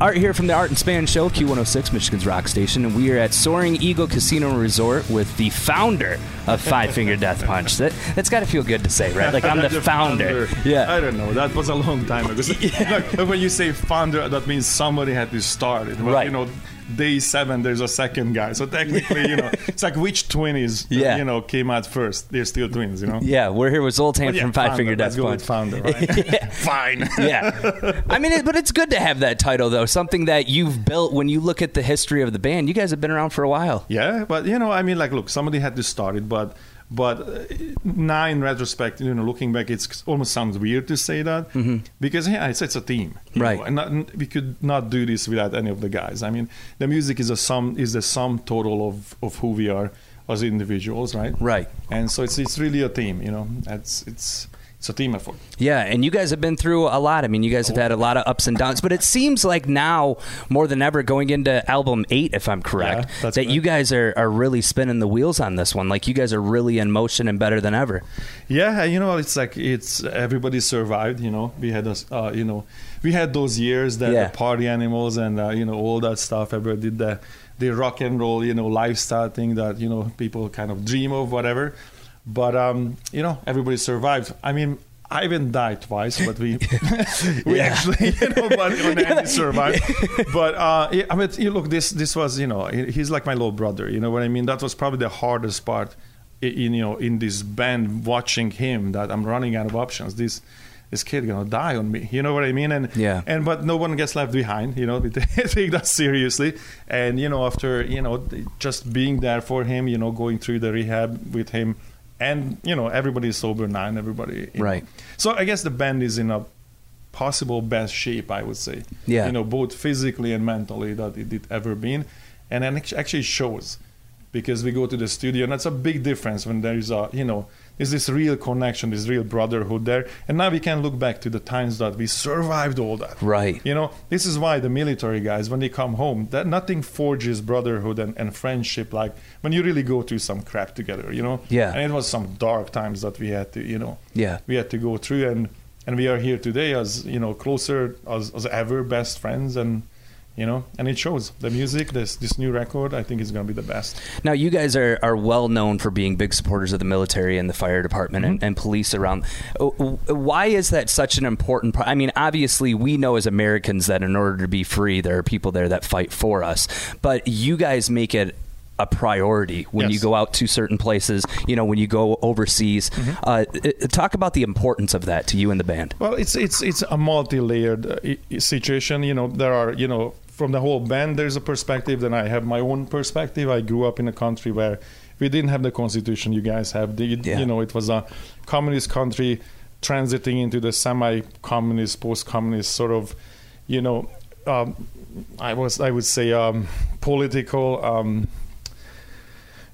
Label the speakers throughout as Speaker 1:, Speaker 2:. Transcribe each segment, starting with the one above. Speaker 1: Art here from the Art and Span Show, Q106, Michigan's Rock Station, and we are at Soaring Eagle Casino and Resort with the founder of Five Finger Death Punch. That, that's got to feel good to say, right? Like, I'm the, founder. Yeah.
Speaker 2: I don't know. That was a long time ago. Look, when you say founder, that means somebody had to start it. But,
Speaker 1: Right.
Speaker 2: You know, day seven, there's a second guy. So technically, you know, it's like which twinnies, uh,
Speaker 1: Yeah.
Speaker 2: you know, came out first. They're still twins, you know?
Speaker 1: Yeah, we're here with Zoltan
Speaker 2: But Oh, yeah,
Speaker 1: from Five
Speaker 2: founder.
Speaker 1: Finger
Speaker 2: Let's
Speaker 1: Death
Speaker 2: go
Speaker 1: Punch.
Speaker 2: with founder, right? Fine.
Speaker 1: yeah. I mean, it, but it's good to have that title, though. Something that you've built when you look at the history of the band. You guys have been around for a while.
Speaker 2: Yeah, but you know, I mean, like, look, somebody had to start it, but but uh, now in retrospect, you know, looking back, it's almost sounds weird to say that because yeah, it's it's a team,
Speaker 1: Mm-hmm.
Speaker 2: you
Speaker 1: Right.
Speaker 2: know, and not, we could not do this without any of the guys. I mean, the music is a sum is the sum total of of who we are as individuals, right?
Speaker 1: Right.
Speaker 2: And so it's it's really a team, you know. It's it's it's a team effort.
Speaker 1: Yeah, and you guys have been through a lot. I mean, you guys have had a lot of ups and downs, but it seems like now more than ever, going into album eight, if I'm correct,
Speaker 2: Yeah,
Speaker 1: that
Speaker 2: that's correct.
Speaker 1: you guys are, are really spinning the wheels on this one. Like you guys are really in motion and better than ever.
Speaker 2: Yeah, you know, it's like it's everybody survived. You know, we had us, uh, you know, we had those years that
Speaker 1: Yeah.
Speaker 2: the party animals and uh, you know all that stuff. Everybody did the the rock and roll, you know, lifestyle thing that you know people kind of dream of, whatever. But um, you know, everybody survived. I mean. I even died twice, but we we
Speaker 1: Yeah.
Speaker 2: actually, you know, but on Andy survived. But uh, yeah, I mean, you look, this this was, you know, he- he's like my little brother. You know what I mean? That was probably the hardest part i- in you know in this band watching him that I'm running out of options. This this kid gonna die on me. You know what I mean? And
Speaker 1: Yeah.
Speaker 2: And but no one gets left behind. You know, we take that seriously. And you know, after you know, just being there for him, you know, going through the rehab with him, and you know, everybody is sober now, and everybody you know.
Speaker 1: Right.
Speaker 2: So I guess the band is in a possible best shape, I would say.
Speaker 1: Yeah.
Speaker 2: You know, both physically and mentally that it it ever been, and then it actually shows because we go to the studio, and that's a big difference when there is a you know there's this real connection, this real brotherhood there, and now we can look back to the times that we survived all that.
Speaker 1: Right.
Speaker 2: You know, this is why the military guys, when they come home, that nothing forges brotherhood and, and friendship like when you really go through some crap together. You know.
Speaker 1: Yeah.
Speaker 2: And it was some dark times that we had to, you know
Speaker 1: Yeah.
Speaker 2: we had to go through and and we are here today as you know closer as, as ever best friends and you know and it shows the music this this new record i think is going to be the best
Speaker 1: Now, you guys are, are well known for being big supporters of the military and the fire department
Speaker 2: Mm-hmm.
Speaker 1: and, and police around. Uh, w- Why is that such an important part? I mean, obviously, we know as Americans that in order to be free, there are people there that fight for us. But you guys make it a priority when
Speaker 2: Yes.
Speaker 1: you go out to certain places, you know, when you go overseas.
Speaker 2: Mm-hmm.
Speaker 1: Uh, uh, talk about the importance of that to you and the band.
Speaker 2: Well, it's it's it's a multi-layered uh, i- i- situation. You know, there are you know from the whole band there's a perspective. Then I have my own perspective. I grew up in a country where we didn't have the constitution you guys have. The,
Speaker 1: Yeah.
Speaker 2: You know, it was a communist country transiting into the semi-communist, post-communist sort of, you know, um, I was I would say um, political. Um,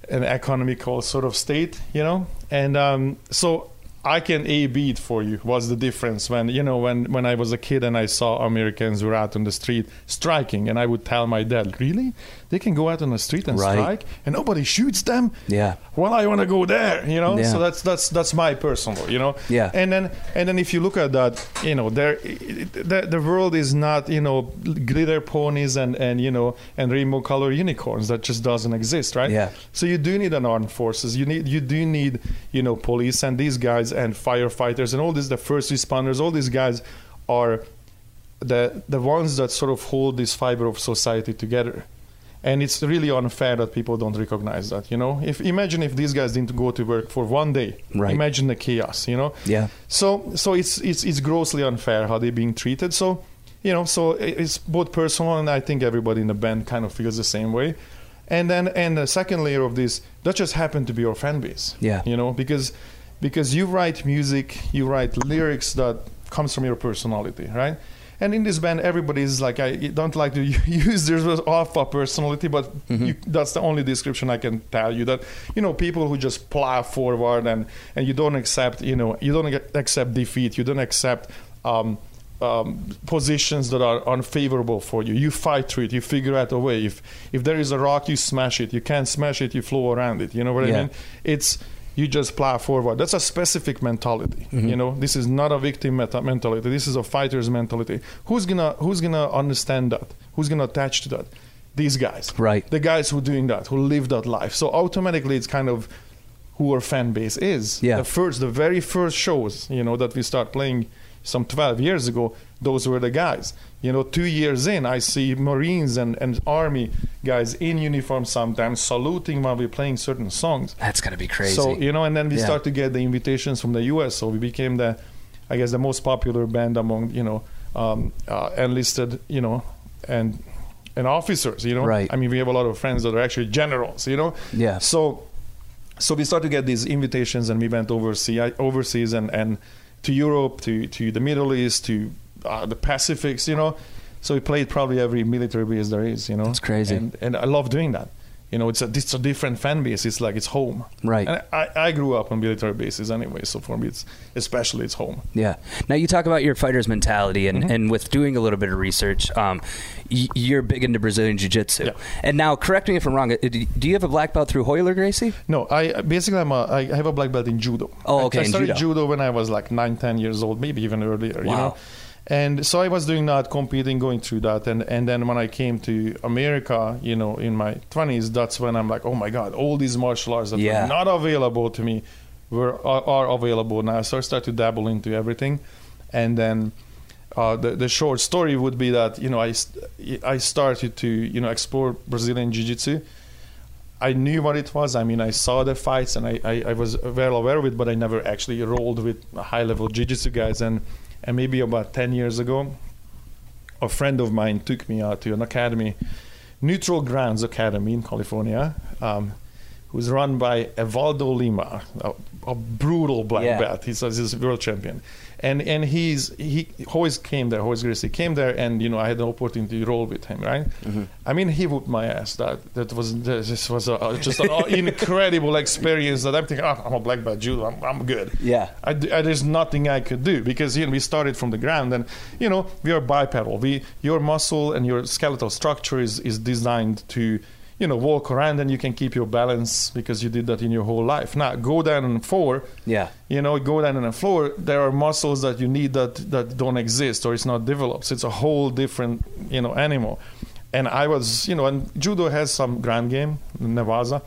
Speaker 2: an economical sort of state, you know. And um, so I can A B it for you. What's the difference when you know when when I was a kid and I saw Americans were out on the street striking, and I would tell my dad, "Really? They can go out on the street and
Speaker 1: Right.
Speaker 2: strike, and nobody shoots them?
Speaker 1: Yeah.
Speaker 2: Well, I want to go there, you know.
Speaker 1: Yeah.
Speaker 2: So that's that's that's my personal, you know.
Speaker 1: Yeah.
Speaker 2: And then and then if you look at that, you know, there the, the world is not you know glitter ponies and and you know and rainbow color unicorns that just doesn't exist, right?
Speaker 1: Yeah.
Speaker 2: So you do need an armed forces. You need you do need you know police and these guys and firefighters and all these the first responders. All these guys are the the ones that sort of hold this fiber of society together. And it's really unfair that people don't recognize that. You know, if imagine if these guys didn't go to work for one day.
Speaker 1: Right.
Speaker 2: Imagine the chaos. You know.
Speaker 1: Yeah.
Speaker 2: So so it's it's it's grossly unfair how they're being treated. So you know so it- it's both personal and I think everybody in the band kind of feels the same way. And then and the second layer of this that just happened to be your fan base.
Speaker 1: Yeah.
Speaker 2: You know because because you write music, you write lyrics that comes from your personality, right? And in this band, everybody is like I don't like to use this word alpha personality, but you, that's the only description I can tell you. That you know, people who just plow forward and and you don't accept, you know, you don't accept defeat, you don't accept um, um, positions that are unfavorable for you. You fight through it. You figure out a way. If if there is a rock, you smash it. You can't smash it. You flow around it. You know what
Speaker 1: Yeah.
Speaker 2: I mean? It's you just plow forward. That's a specific mentality. Mm-hmm. You know, this is not a victim meta- mentality. This is a fighter's mentality. Who's gonna Who's gonna understand that? Who's gonna attach to that? These guys,
Speaker 1: right?
Speaker 2: The guys who doing that, who live that life. So automatically, it's kind of who our fan base is.
Speaker 1: Yeah.
Speaker 2: The first, the very first shows, you know, that we start playing some 12 years ago, those were the guys. You know, two years in, I see Marines and, and Army guys in uniform sometimes saluting while we're playing certain songs.
Speaker 1: That's going to be crazy.
Speaker 2: So, you know, and then we yeah. start to get the invitations from the US. So we became the, I guess, the most popular band among, you know, um, uh, enlisted, you know, and and officers, you know.
Speaker 1: Right.
Speaker 2: I mean, we have a lot of friends that are actually generals, you know.
Speaker 1: Yeah.
Speaker 2: So so we started to get these invitations and we went overseas, overseas and, and to Europe, to, to the Middle East, to uh, the Pacifics, you know. So we played probably every military base there is, you know.
Speaker 1: It's crazy.
Speaker 2: And, and, I love doing that. You know, it's a, it's a different fan base. It's like it's home.
Speaker 1: Right.
Speaker 2: And I, I grew up on military bases anyway, so for me, it's especially it's home.
Speaker 1: Yeah. Now you talk about your fighter's mentality, and, mm-hmm. and with doing a little bit of research, um, you're big into Brazilian jiu-jitsu.
Speaker 2: Yeah.
Speaker 1: And now, correct me if I'm wrong. uh, Do you have a black belt through Hoyler Gracie?
Speaker 2: No, I basically I'm a, I have a black belt in judo.
Speaker 1: Oh, okay. I,
Speaker 2: I started
Speaker 1: judo.
Speaker 2: judo. when I was like nine, ten years old, maybe even earlier. Wow. You know? And so I was doing that, competing, going through that, and and then when I came to America, you know, in my twenties, that's when I'm like, oh my god, all these martial arts that
Speaker 1: yeah.
Speaker 2: were not available to me were are, are available now. So I started to dabble into everything, and then. Uh, the, the short story would be that you know I, I started to you know explore Brazilian Jiu-Jitsu. I knew what it was. I mean, I saw the fights and I, I, I was well aware of it, but I never actually rolled with high-level Jiu-Jitsu guys. And and maybe about ten years ago, a friend of mine took me out to an academy, Neutral Grounds Academy in California. Um, who's run by Evaldo Lima, a, a brutal black yeah. belt. He's, he's a world champion, and and he's he always came there. Always Gracie came there, and you know I had the opportunity to roll with him. Right? Mm-hmm. I mean, he whooped my ass. That that was this was a, just an incredible experience. That I'm thinking, oh, I'm a black belt judo. I'm, I'm good.
Speaker 1: Yeah.
Speaker 2: I, I, there's nothing I could do because you know we started from the ground, and you know we are bipedal. We your muscle and your skeletal structure is is designed to you know walk around and you can keep your balance because you did that in your whole life now go down on the floor
Speaker 1: yeah
Speaker 2: you know go down on the floor there are muscles that you need that that don't exist or it's not developed so it's a whole different you know animal and i was you know and judo has some ground game nevaza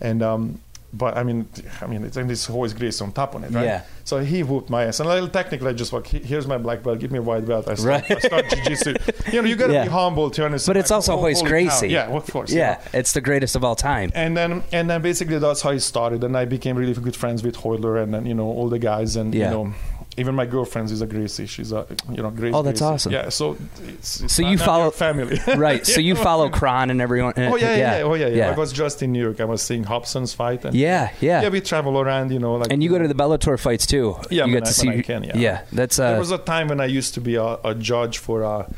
Speaker 2: and um but I mean, I mean, it's, and it's always grace on top on it, right?
Speaker 1: Yeah.
Speaker 2: So he whooped my ass, and a little technically, I just like, here's my black belt, give me a white belt. I start, right. I start jiu-jitsu. You know, you got to yeah. be humble to understand.
Speaker 1: But it's
Speaker 2: like,
Speaker 1: also Hoyce oh, Gracie.
Speaker 2: Cow. Yeah, well, of course.
Speaker 1: Yeah, you know. it's the greatest of all time.
Speaker 2: And then, and then basically that's how it started, and I became really good friends with Hoyler, and then you know all the guys, and yeah. you know. Even my girlfriend is a Gracie. She's a you know Gracie.
Speaker 1: Oh, that's
Speaker 2: Gracie.
Speaker 1: awesome.
Speaker 2: Yeah. So it's, it's
Speaker 1: so you follow
Speaker 2: family,
Speaker 1: right? So you follow Kron and everyone. uh, And
Speaker 2: oh yeah, yeah, yeah, oh yeah, yeah, I was just in New York. I was seeing Hobson's fight. And
Speaker 1: yeah, yeah.
Speaker 2: Yeah, we travel around, you know. Like,
Speaker 1: and you go to the Bellator fights too.
Speaker 2: Yeah,
Speaker 1: you
Speaker 2: get I, to see. I can, yeah.
Speaker 1: yeah, that's. Uh,
Speaker 2: there was a time when I used to be a, a judge for a,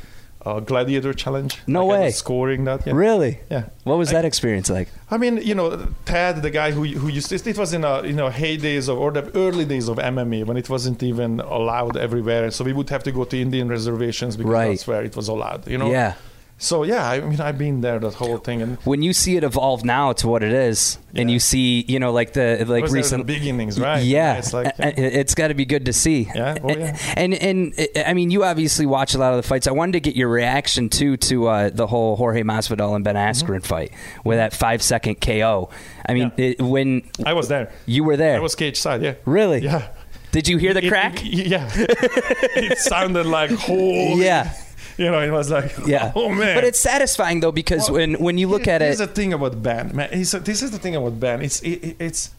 Speaker 2: a, gladiator challenge.
Speaker 1: No
Speaker 2: like
Speaker 1: way.
Speaker 2: scoring that. Yeah.
Speaker 1: Really?
Speaker 2: Yeah.
Speaker 1: What was I, that experience like?
Speaker 2: I mean, you know, Tad, the guy who who used to, it was in a you know heydays of or the early days of MMA when it wasn't even allowed everywhere, so we would have to go to Indian reservations because
Speaker 1: right.
Speaker 2: that's where it was allowed. You know.
Speaker 1: Yeah.
Speaker 2: So yeah, I mean, I've been there that whole thing, and
Speaker 1: when you see it evolve now to what it is, yeah. and you see, you know, like the like recent
Speaker 2: the beginnings, right?
Speaker 1: Yeah, yeah it's like yeah. it's got to be good to see.
Speaker 2: Yeah, oh, yeah.
Speaker 1: And, and, and I mean, you obviously watch a lot of the fights. I wanted to get your reaction too to uh, the whole Jorge Masvidal and Ben Askren mm-hmm. fight, where that five second KO. I mean, it, when
Speaker 2: I was there,
Speaker 1: you were there. I
Speaker 2: was cage side. Yeah,
Speaker 1: really?
Speaker 2: Yeah.
Speaker 1: Did you hear the
Speaker 2: it,
Speaker 1: crack?
Speaker 2: It, yeah, it sounded like holy.
Speaker 1: Yeah
Speaker 2: you know, it was like, yeah. oh man.
Speaker 1: But it's satisfying though because well, when when you look
Speaker 2: here,
Speaker 1: at it,
Speaker 2: here's the thing about band, man. Here's, this is the thing about band. It's it, it's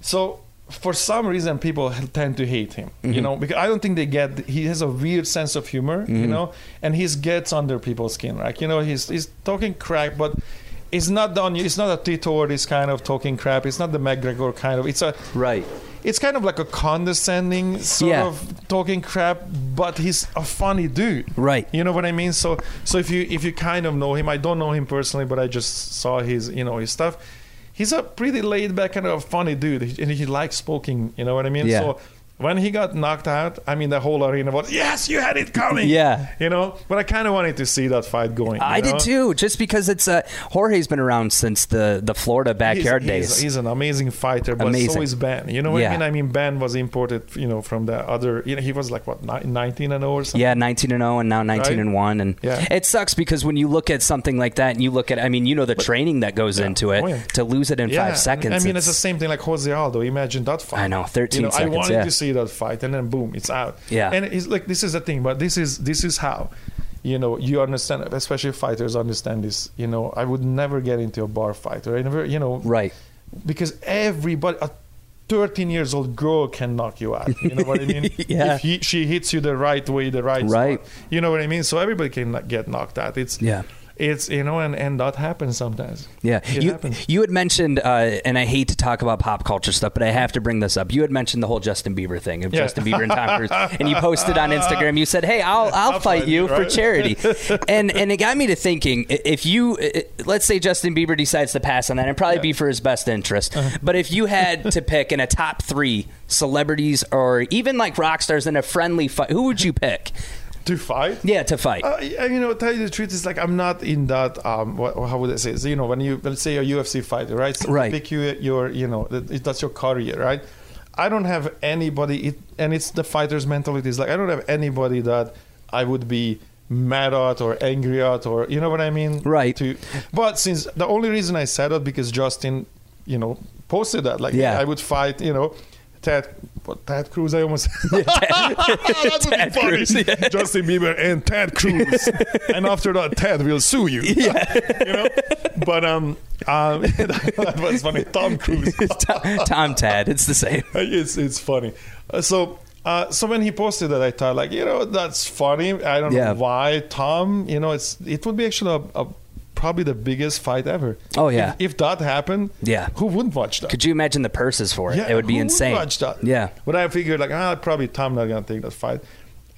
Speaker 2: so for some reason people tend to hate him. Mm-hmm. You know, because I don't think they get. He has a weird sense of humor. Mm-hmm. You know, and he gets under people's skin. Like right? you know, he's he's talking crap, but. It's not done. It's not a Tito this kind of talking crap. It's not the McGregor kind of. It's a
Speaker 1: right
Speaker 2: it's kind of like a condescending sort yeah. of talking crap, but he's a funny dude,
Speaker 1: right?
Speaker 2: You know what I mean? So, so if you if you kind of know him, I don't know him personally, but I just saw his you know his stuff. He's a pretty laid back kind of funny dude, and he likes smoking. You know what I mean?
Speaker 1: Yeah.
Speaker 2: So when he got knocked out, I mean, the whole arena was, yes, you had it coming.
Speaker 1: Yeah.
Speaker 2: You know, but I kind of wanted to see that fight going.
Speaker 1: I
Speaker 2: you know?
Speaker 1: did too, just because it's uh, Jorge's been around since the, the Florida
Speaker 2: He's-
Speaker 1: backyard
Speaker 2: he's,
Speaker 1: days.
Speaker 2: He's, an amazing fighter, but
Speaker 1: Amazing.
Speaker 2: so is Ben. You know what
Speaker 1: Yeah.
Speaker 2: I mean? I mean, Ben was imported, you know, from the other, you know, he was like, what, ni- 19 and 0 or something?
Speaker 1: yeah, 19 and 0 and now 19
Speaker 2: Right?
Speaker 1: and 1 and
Speaker 2: Yeah.
Speaker 1: it sucks because when you look at something like that and you look at I mean, you know the training that goes into it
Speaker 2: Oh, yeah.
Speaker 1: to lose it in
Speaker 2: Yeah,
Speaker 1: 5 seconds.
Speaker 2: I mean, it's, the
Speaker 1: it's-
Speaker 2: same thing like Jose Aldo. Imagine that fight.
Speaker 1: I know, 13
Speaker 2: You know,
Speaker 1: seconds,
Speaker 2: I wanted
Speaker 1: yeah.
Speaker 2: to see that fight, and then boom, it's out.
Speaker 1: Yeah.
Speaker 2: And it's like this is the thing, but this is this is how, you know, you understand. Especially fighters understand this. You know, I would never get into a bar fight, or I never, you know,
Speaker 1: Right.
Speaker 2: Because everybody. A, 13 years old girl can knock you out. You know what I mean?
Speaker 1: Yeah.
Speaker 2: If he, she hits you the right way, the right spot,
Speaker 1: Right.
Speaker 2: You know what I mean? So everybody can get knocked out. It's
Speaker 1: Yeah.
Speaker 2: It's you know, and and that happens sometimes.
Speaker 1: Yeah,
Speaker 2: It
Speaker 1: you
Speaker 2: happens.
Speaker 1: you had mentioned, uh, and I hate to talk about pop culture stuff, but I have to bring this up. You had mentioned the whole Justin Bieber thing of
Speaker 2: Yeah.
Speaker 1: Justin Bieber and Tom Cruise, and you posted on Instagram. You said, "Hey, I'll I'll, fight,
Speaker 2: fight
Speaker 1: you
Speaker 2: you,
Speaker 1: for
Speaker 2: right?
Speaker 1: charity," and and it got me to thinking: i- if you, i- i- let's say Justin Bieber decides to pass on that, it'd probably be for his best interest.
Speaker 2: Uh-huh.
Speaker 1: But if you had to pick in a top three celebrities or even like rock stars in a friendly fight, who would you pick?
Speaker 2: to fight.
Speaker 1: Yeah, to fight.
Speaker 2: Uh, y- you know, tell you the truth, it's like I'm not in that. Um, what, how would I say? So, you know, when you let's say you're a UFC fighter, right? So they
Speaker 1: Right.
Speaker 2: Pick you your, you know, that- that's your career, right? I don't have anybody, it, and it's the fighter's mentality. It's like I don't have anybody that I would be mad at or angry at, or you know what I mean,
Speaker 1: Right.
Speaker 2: To, but since the only reason I said that because Justin, you know, posted that, like,
Speaker 1: Yeah.
Speaker 2: I would fight, you know. Ted, what, Ted Cruz, I almost. that would
Speaker 1: Ted
Speaker 2: be funny.
Speaker 1: Cruz, yeah.
Speaker 2: Justin Bieber and Ted Cruz, and after that, Ted will sue you. Yeah, you know. But um, um that was funny. Tom Cruise.
Speaker 1: Tom, Tom Tad, it's the same.
Speaker 2: it's it's funny. Uh, so. Uh, so when he posted that, I thought like, you know, that's funny. I don't
Speaker 1: Yeah.
Speaker 2: know why Tom. You know, it's it would be actually a, a probably the biggest fight ever.
Speaker 1: Oh, yeah.
Speaker 2: If, if that happened,
Speaker 1: Yeah.
Speaker 2: who wouldn't watch that?
Speaker 1: Could you imagine the purses for it? it would be
Speaker 2: who
Speaker 1: insane.
Speaker 2: watch that?
Speaker 1: Yeah.
Speaker 2: But I figured like, ah, probably Tom not gonna take that fight,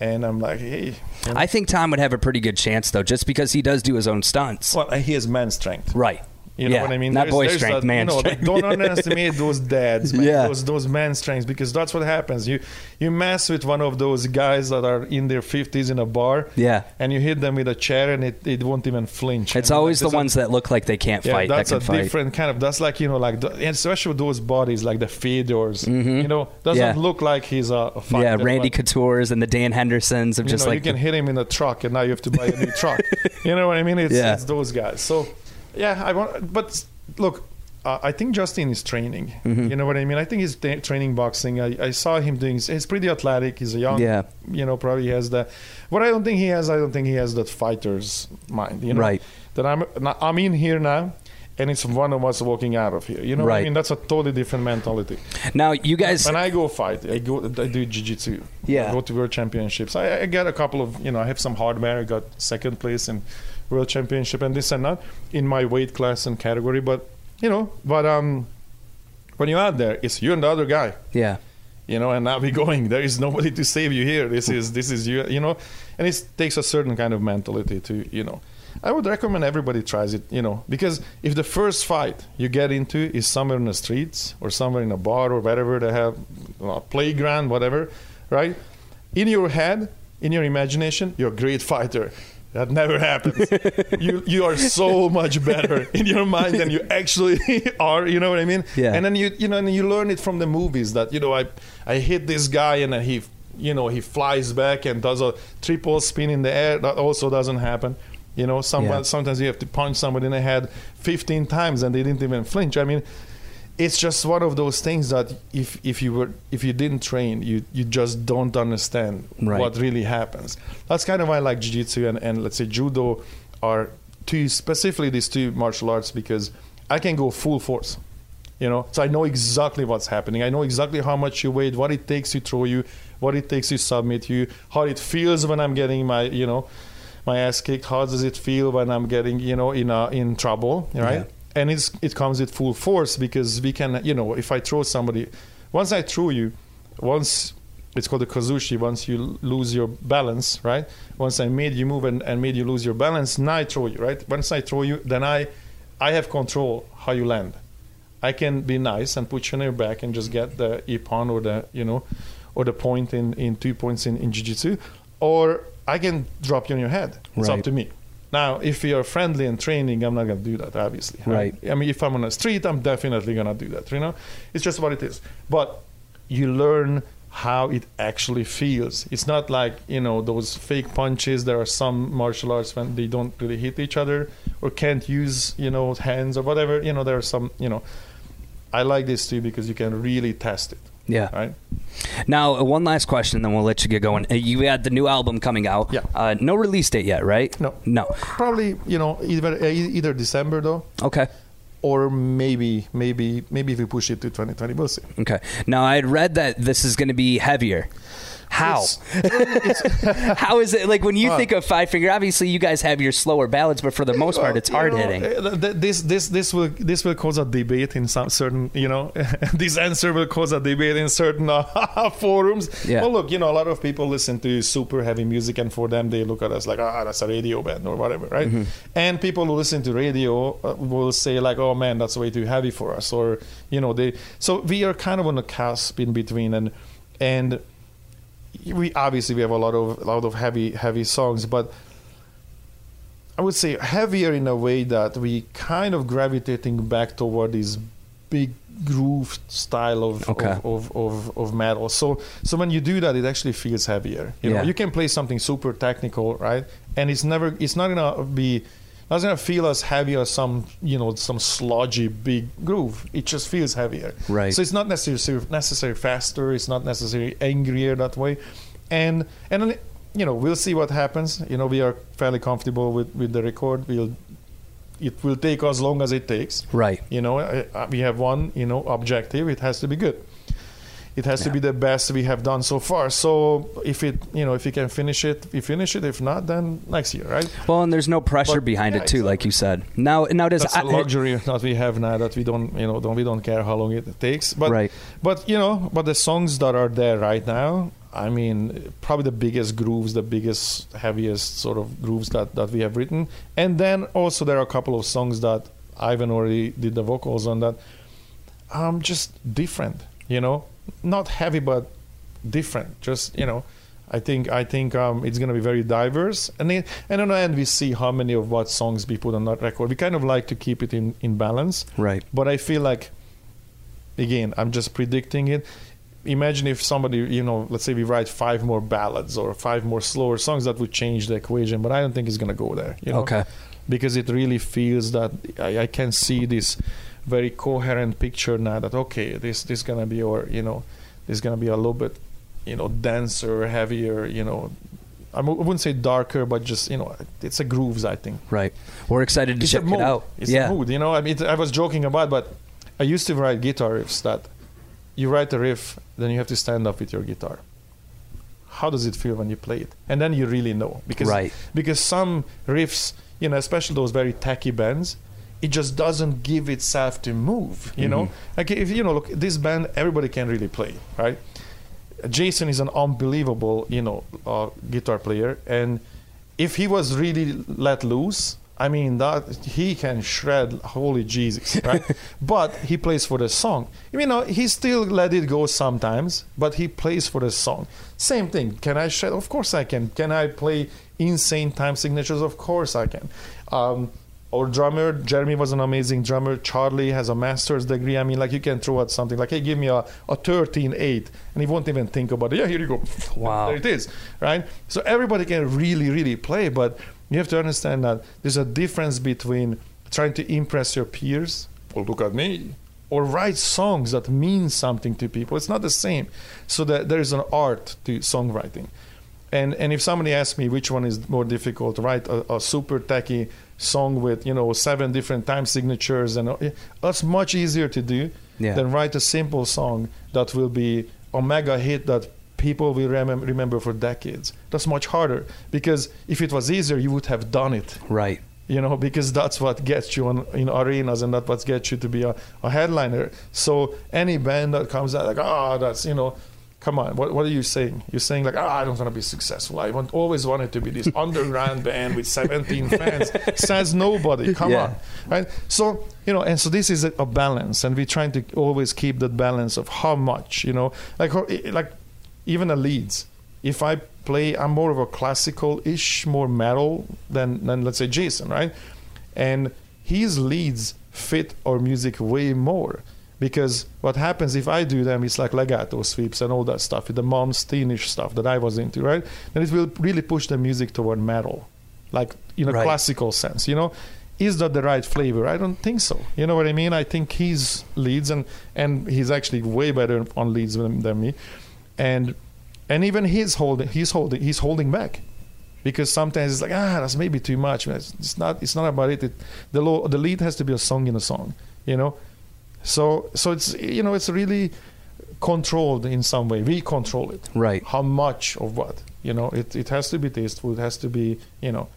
Speaker 2: and I'm like, hey, you know,
Speaker 1: I think Tom would have a pretty good chance though, just because he does do his own stunts.
Speaker 2: well, uh, he has man strength.
Speaker 1: Right.
Speaker 2: You know
Speaker 1: Yeah.
Speaker 2: what I mean?
Speaker 1: Not
Speaker 2: There's-
Speaker 1: boy
Speaker 2: there's
Speaker 1: strength,
Speaker 2: that-
Speaker 1: man
Speaker 2: you know,
Speaker 1: strength.
Speaker 2: Don't underestimate those dads, man.
Speaker 1: Yeah.
Speaker 2: Those those man strengths because that's what happens. You you mess with one of those guys that are in their fifties in a bar.
Speaker 1: Yeah.
Speaker 2: And you hit them with a chair and it, it won't even flinch.
Speaker 1: It's
Speaker 2: I mean,
Speaker 1: always the
Speaker 2: like, there's a-
Speaker 1: ones that look like they can't
Speaker 2: yeah,
Speaker 1: fight that
Speaker 2: that's
Speaker 1: can
Speaker 2: a
Speaker 1: fight.
Speaker 2: different kind of. That's like you know, like the, and especially with those bodies, like the Fedors. You know, doesn't
Speaker 1: Mm-hmm. Yeah.
Speaker 2: look like he's a, a fighter.
Speaker 1: yeah, Randy
Speaker 2: but-
Speaker 1: Couture's and the Dan Hendersons of
Speaker 2: you
Speaker 1: just
Speaker 2: know,
Speaker 1: like
Speaker 2: you can hit him in a truck, and now you have to buy a new truck. You know what I mean? It's,
Speaker 1: Yeah.
Speaker 2: it's those guys. So, yeah, I want. But look, uh, I think Justin is training.
Speaker 1: Mm-hmm.
Speaker 2: You know what I mean? I think he's ta- training boxing. I, I saw him doing. He's pretty athletic. He's a young.
Speaker 1: Yeah.
Speaker 2: You know, probably has the. What I don't think he has, I don't think he has that fighter's mind. You know,
Speaker 1: Right.
Speaker 2: That I'm now- I'm in here now. And it's one of us walking out of here. You know what
Speaker 1: Right.
Speaker 2: I mean? That's a totally different mentality.
Speaker 1: the now you guys
Speaker 2: When I go fight, I go, I do jujitsu.
Speaker 1: Yeah.
Speaker 2: I go to world championships. I, I got a couple of, you know, I have some hardware. I got second place in world championship and this and that in my weight class and category. But you know, but um, when you're out there, it's you and the other guy.
Speaker 1: Yeah.
Speaker 2: You know, and now we're going. There is nobody to save you here. This is this is you. You know, and it takes a certain kind of mentality to you know. I would recommend everybody tries it. You know, because if the first fight you get into is somewhere in the streets or somewhere in a bar or wherever they have you know, a playground, whatever, right? In your head, in your imagination, you're a great fighter. That never happens. you you are so much better in your mind than you actually are. You know what I mean?
Speaker 1: Yeah.
Speaker 2: And then you you know and you learn it from the movies that you know I I hit this guy and then he you know he flies back and does a triple spin in the air that also doesn't happen you know someone
Speaker 1: Yeah.
Speaker 2: sometimes you have to punch somebody in the head 15 times and they didn't even flinch I mean it's just one of those things that if if you were if you didn't train you you just don't understand
Speaker 1: Right.
Speaker 2: what really happens that's kind of why I like jiu-jitsu and, and let's say judo are two specifically these two martial arts because I can go full force you know so i know exactly what's happening i know exactly how much you weigh what it takes to throw you what it takes to submit you how it feels when i'm getting my you know my ass kicked how does it feel when i'm getting you know in uh, in trouble right
Speaker 1: Yeah.
Speaker 2: and it's it comes with full force because we can you know if i throw somebody once i throw you once it's called a kozushi once you l- lose your balance right once i made you move and, and made you lose your balance now i throw you right once i throw you then i i have control how you land I can be nice and put you on your back and just get the ippon or the you know or the point in, in two points in, in jiu-jitsu or i can drop you on your head it's
Speaker 1: Right.
Speaker 2: up to me now if you're friendly and training i'm not going to do that obviously
Speaker 1: Right.
Speaker 2: I, I mean if i'm on the street i'm definitely going to do that you know it's just what it is but you learn how it actually feels it's not like you know those fake punches there are some martial arts when they don't really hit each other or can't use you know hands or whatever you know there are some you know I like this too because you can really test it.
Speaker 1: Yeah.
Speaker 2: Right?
Speaker 1: Now, uh, one last question, then we'll let you get going. Uh, You had the new album coming out.
Speaker 2: Yeah.
Speaker 1: Uh, no release date yet, right?
Speaker 2: No.
Speaker 1: No.
Speaker 2: Probably, you know, either uh, e-, either December though,
Speaker 1: Okay.
Speaker 2: or maybe maybe maybe if we push it to 2020, we'll see.
Speaker 1: Okay. Now, I had read that this is going to be heavier. How?
Speaker 2: It's-
Speaker 1: How is it like when you
Speaker 2: Uh,
Speaker 1: think of Five Finger? Obviously, you guys have your slower ballads, but for the most part, it's
Speaker 2: You know,
Speaker 1: hard hitting.
Speaker 2: uh, th- This this this will this will cause a debate in some certain you know this answer will cause a debate in certain uh, forums.
Speaker 1: Yeah.
Speaker 2: Well, look, you know, a lot of people listen to super heavy music, and for them, they look at us like, ah, that's a radio band or whatever, right?
Speaker 1: Mm-hmm.
Speaker 2: And people who listen to radio uh, will say like, oh man, that's way too heavy for us, or you know, they. So we are kind of on a cusp in between, and and we obviously we have a lot of a lot of heavy heavy songs, but I would say heavier in a way that we kind of gravitating back toward this big groove style of
Speaker 1: Okay.
Speaker 2: of, of, of, of metal. So so when you do that, it actually feels heavier. You
Speaker 1: Yeah.
Speaker 2: know, you can play something super technical, right? And it's never it's not gonna be not gonna feel as heavy as some you know some sludgy big groove. It just feels heavier.
Speaker 1: Right.
Speaker 2: So it's not necessarily necessarily faster. It's not necessarily angrier that way, and and then, you know we'll see what happens. You know we are fairly comfortable with with the record. We'll it will take as long as it takes.
Speaker 1: Right.
Speaker 2: You know I- I- we have one you know objective. It has to be good. It has to
Speaker 1: Yeah.
Speaker 2: be the best we have done so far. So if it you know if you can finish it, we finish it. If not, then next year, right?
Speaker 1: Well, and there's no pressure
Speaker 2: But-
Speaker 1: behind
Speaker 2: yeah,
Speaker 1: it too, like you said. Now, now does
Speaker 2: That's a luxury that we have now that we don't, you know, don't we don't care how long it takes. But
Speaker 1: Right.
Speaker 2: but you know, but the songs that are there right now, I mean, probably the biggest grooves, the biggest heaviest sort of grooves that that we have written. And then also there are a couple of songs that Ivan already did the vocals on that um, just different, you know, not heavy but different. Just you know, I think I think um, it's gonna be very diverse, and then and on the end we see how many of what songs we put on that record. We kind of like to keep it in in balance,
Speaker 1: Right.
Speaker 2: But I feel like, again, I'm just predicting it. Imagine if somebody, you know, let's say we write five more ballads or five more slower songs, that would change the equation. But I don't think it's gonna go there. You know?
Speaker 1: Okay.
Speaker 2: because it really feels that I, I can see this very coherent picture now that okay this this gonna be or you know this gonna be a little bit you know denser heavier you know I mo- I wouldn't say darker but just you know it's a grooves I think
Speaker 1: Right. We're excited to
Speaker 2: it's
Speaker 1: check
Speaker 2: a mood.
Speaker 1: it out.
Speaker 2: It's
Speaker 1: yeah.
Speaker 2: a mood, you know. I mean, it- I was joking about, but I used to write guitar riffs that you write a riff, then you have to stand up with your guitar. How does it feel when you play it? And then you really know because
Speaker 1: Right.
Speaker 2: because some riffs, you know, especially those very tacky bands, it just doesn't give itself to move. You know,
Speaker 1: Mm-hmm.
Speaker 2: like if you know, look, this band everybody can really play, right? Jason is an unbelievable, you know, uh, guitar player, and if he was really let loose, I mean that he can shred. Holy Jesus, right? but he plays for the song. You know, he still let it go sometimes, but he plays for the song. Same thing. Can I shred? Of course I can. Can I play insane time signatures? Of course I can. Um, or drummer. Jeremy was an amazing drummer. Charlie has a master's degree. I mean, like you can throw out something like, "Hey, give me a a thirteen eight," and he won't even think about it. Yeah, here you go.
Speaker 1: Wow.
Speaker 2: there it is, right? So everybody can really, really play, but you have to understand that there's a difference between trying to impress your peers. Well, look at me. Or write songs that mean something to people. It's not the same. So that there is an art to songwriting. And and if somebody asks me which one is more difficult, write a, a super tacky song with you know seven different time signatures, and uh, that's much easier to do
Speaker 1: Yeah.
Speaker 2: than write a simple song that will be a mega hit that people will remem- remember for decades. That's much harder because if it was easier, you would have done it
Speaker 1: Right.
Speaker 2: you know, because that's what gets you on, in arenas and that's what gets you to be a, a headliner. So any band that comes out like, ah, that's, you know, come on, what, what are you saying? You're saying like, ah, I don't want to be successful. I want always wanted to be this underground band with 17 fans. Says nobody, come
Speaker 1: Yeah.
Speaker 2: on. Right? So, you know, and so this is a, a balance and we're trying to always keep that balance of how much, you know, like, how- like even a Leeds, if I play, I'm more of a classical-ish, more metal than than let's say Jason, right? And his leads fit our music way more because what happens if I do them is like legato sweeps and all that stuff, the mom's teenish stuff that I was into, right? Then it will really push the music toward metal, like in a
Speaker 1: Right.
Speaker 2: classical sense, you know. Is that the right flavor? I don't think so. You know what I mean? I think he's leads and and he's actually way better on leads than, than me, and and even he's holding he's holding he's holding back because sometimes it's like ah that's maybe too much it's, it's not it's not about it, it the lo- the lead has to be a song in a song you know so so it's you know it's really controlled in some way we control it
Speaker 1: Right.
Speaker 2: how much of what you know it, it has to be tasteful it has to be you know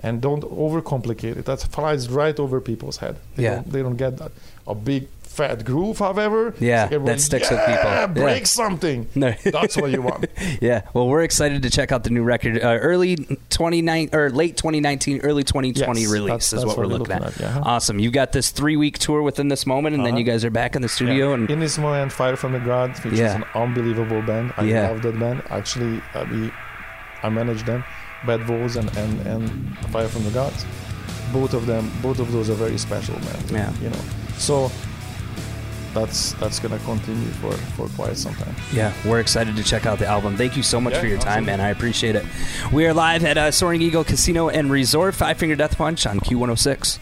Speaker 2: and don't overcomplicate it that flies right over people's head they
Speaker 1: Yeah.
Speaker 2: don't, they don't get that a big fat groove however it's
Speaker 1: Yeah,
Speaker 2: like
Speaker 1: that
Speaker 2: everyone,
Speaker 1: sticks with people.
Speaker 2: "Yeah,
Speaker 1: Yeah."
Speaker 2: break something
Speaker 1: No.
Speaker 2: that's what you want
Speaker 1: yeah. Well, we're excited to check out the new record. Uh, early 29 or late 2019, early 2020
Speaker 2: Yes,
Speaker 1: release
Speaker 2: that's-
Speaker 1: is
Speaker 2: that's
Speaker 1: what, we're looking, at.
Speaker 2: yeah.
Speaker 1: Awesome. You've got this three week tour within this moment, and then
Speaker 2: Uh-huh.
Speaker 1: you guys are back in the studio.
Speaker 2: Yeah.
Speaker 1: And
Speaker 2: in this moment, Fire from the Ground, which is
Speaker 1: Yeah.
Speaker 2: an unbelievable band. I
Speaker 1: Yeah.
Speaker 2: love that band. Actually, I, we, I manage them, Bad Wolves and, and, and Fire from the Gods. Both of them, both of those are very special bands.
Speaker 1: Yeah.
Speaker 2: You know, so that's that's gonna continue for for quite some time.
Speaker 1: yeah, we're excited to check out the album. Thank you so much
Speaker 2: Yeah,
Speaker 1: for your time, man.
Speaker 2: awesome.
Speaker 1: I appreciate it. We are live at uh, Soaring Eagle Casino and Resort, Five Finger Death Punch on Q106.